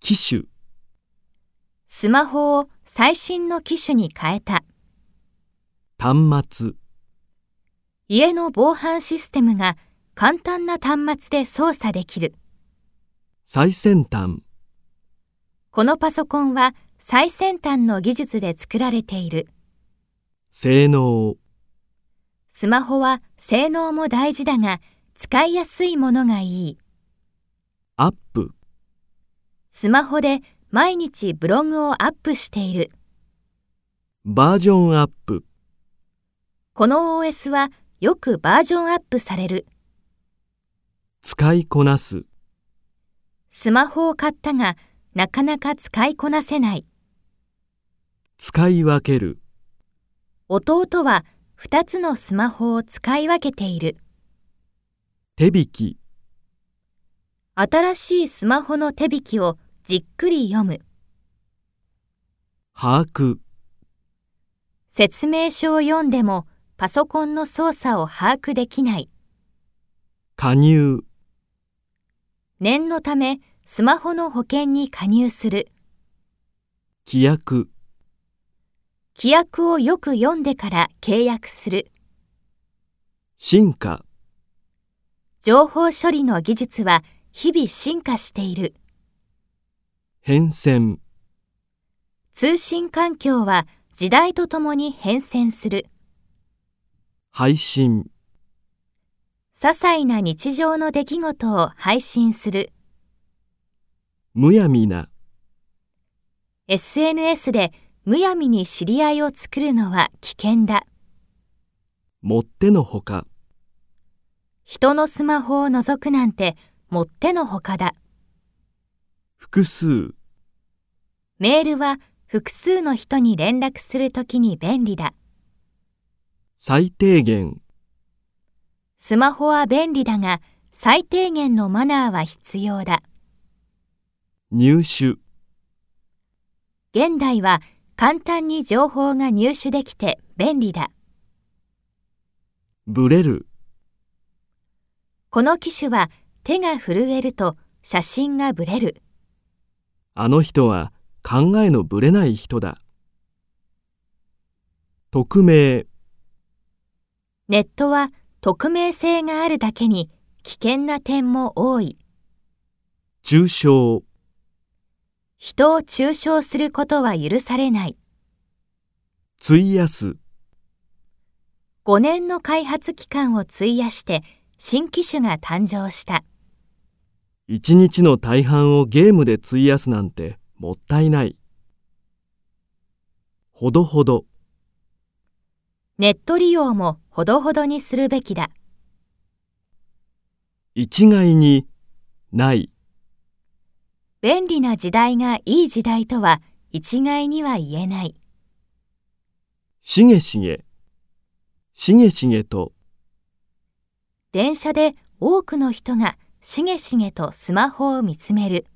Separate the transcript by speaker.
Speaker 1: 機種、
Speaker 2: スマホを最新の機種に変えた。
Speaker 1: 端末、
Speaker 2: 家の防犯システムが簡単な端末で操作できる。
Speaker 1: 最先端、
Speaker 2: このパソコンは最先端の技術で作られている。
Speaker 1: 性能、
Speaker 2: スマホは性能も大事だが、使いやすいものがいい。
Speaker 1: アップ、
Speaker 2: スマホで毎日ブログをアップしている。
Speaker 1: バージョンアップ、
Speaker 2: この OS はよくバージョンアップされる。
Speaker 1: 使いこなす、
Speaker 2: スマホを買ったが、なかなか使いこなせない。
Speaker 1: 使い分ける、
Speaker 2: 弟は2つのスマホを使い分けている。
Speaker 1: 手引き、
Speaker 2: 新しいスマホの手引きをじっくり読む。
Speaker 1: 把握、
Speaker 2: 説明書を読んでもパソコンの操作を把握できない。
Speaker 1: 加入、
Speaker 2: 念のためスマホの保険に加入する。
Speaker 1: 規約、
Speaker 2: 規約をよく読んでから契約する。
Speaker 1: 進化、
Speaker 2: 情報処理の技術は日々進化している。
Speaker 1: 変遷、
Speaker 2: 通信環境は時代とともに変遷する。
Speaker 1: 配信、
Speaker 2: 些細な日常の出来事を配信する。
Speaker 1: むやみな、
Speaker 2: SNS でむやみに知り合いを作るのは危険だ。
Speaker 1: もってのほか、
Speaker 2: 人のスマホを覗くなんてもってのほかだ。
Speaker 1: 複数、
Speaker 2: メールは複数の人に連絡するときに便利だ。
Speaker 1: 最低限、
Speaker 2: スマホは便利だが、最低限のマナーは必要だ。
Speaker 1: 入手、
Speaker 2: 現代は簡単に情報が入手できて便利だ。
Speaker 1: ブレる、
Speaker 2: この機種は手が震えると写真がブレる。
Speaker 1: あの人は考えのぶれない人だ。匿名、
Speaker 2: ネットは匿名性があるだけに危険な点も多い。
Speaker 1: 中傷、
Speaker 2: 人を中傷することは許されない。
Speaker 1: 費やす、
Speaker 2: 5年の開発期間を費やして新機種が誕生した。
Speaker 1: 一日の大半をゲームで費やすなんてもったいない。ほどほど、
Speaker 2: ネット利用もほどほどにするべきだ。
Speaker 1: 一概に、ない、
Speaker 2: 便利な時代がいい時代とは一概には言えない。
Speaker 1: しげしげ、しげしげと、
Speaker 2: 電車で多くの人がしげしげとスマホを見つめる。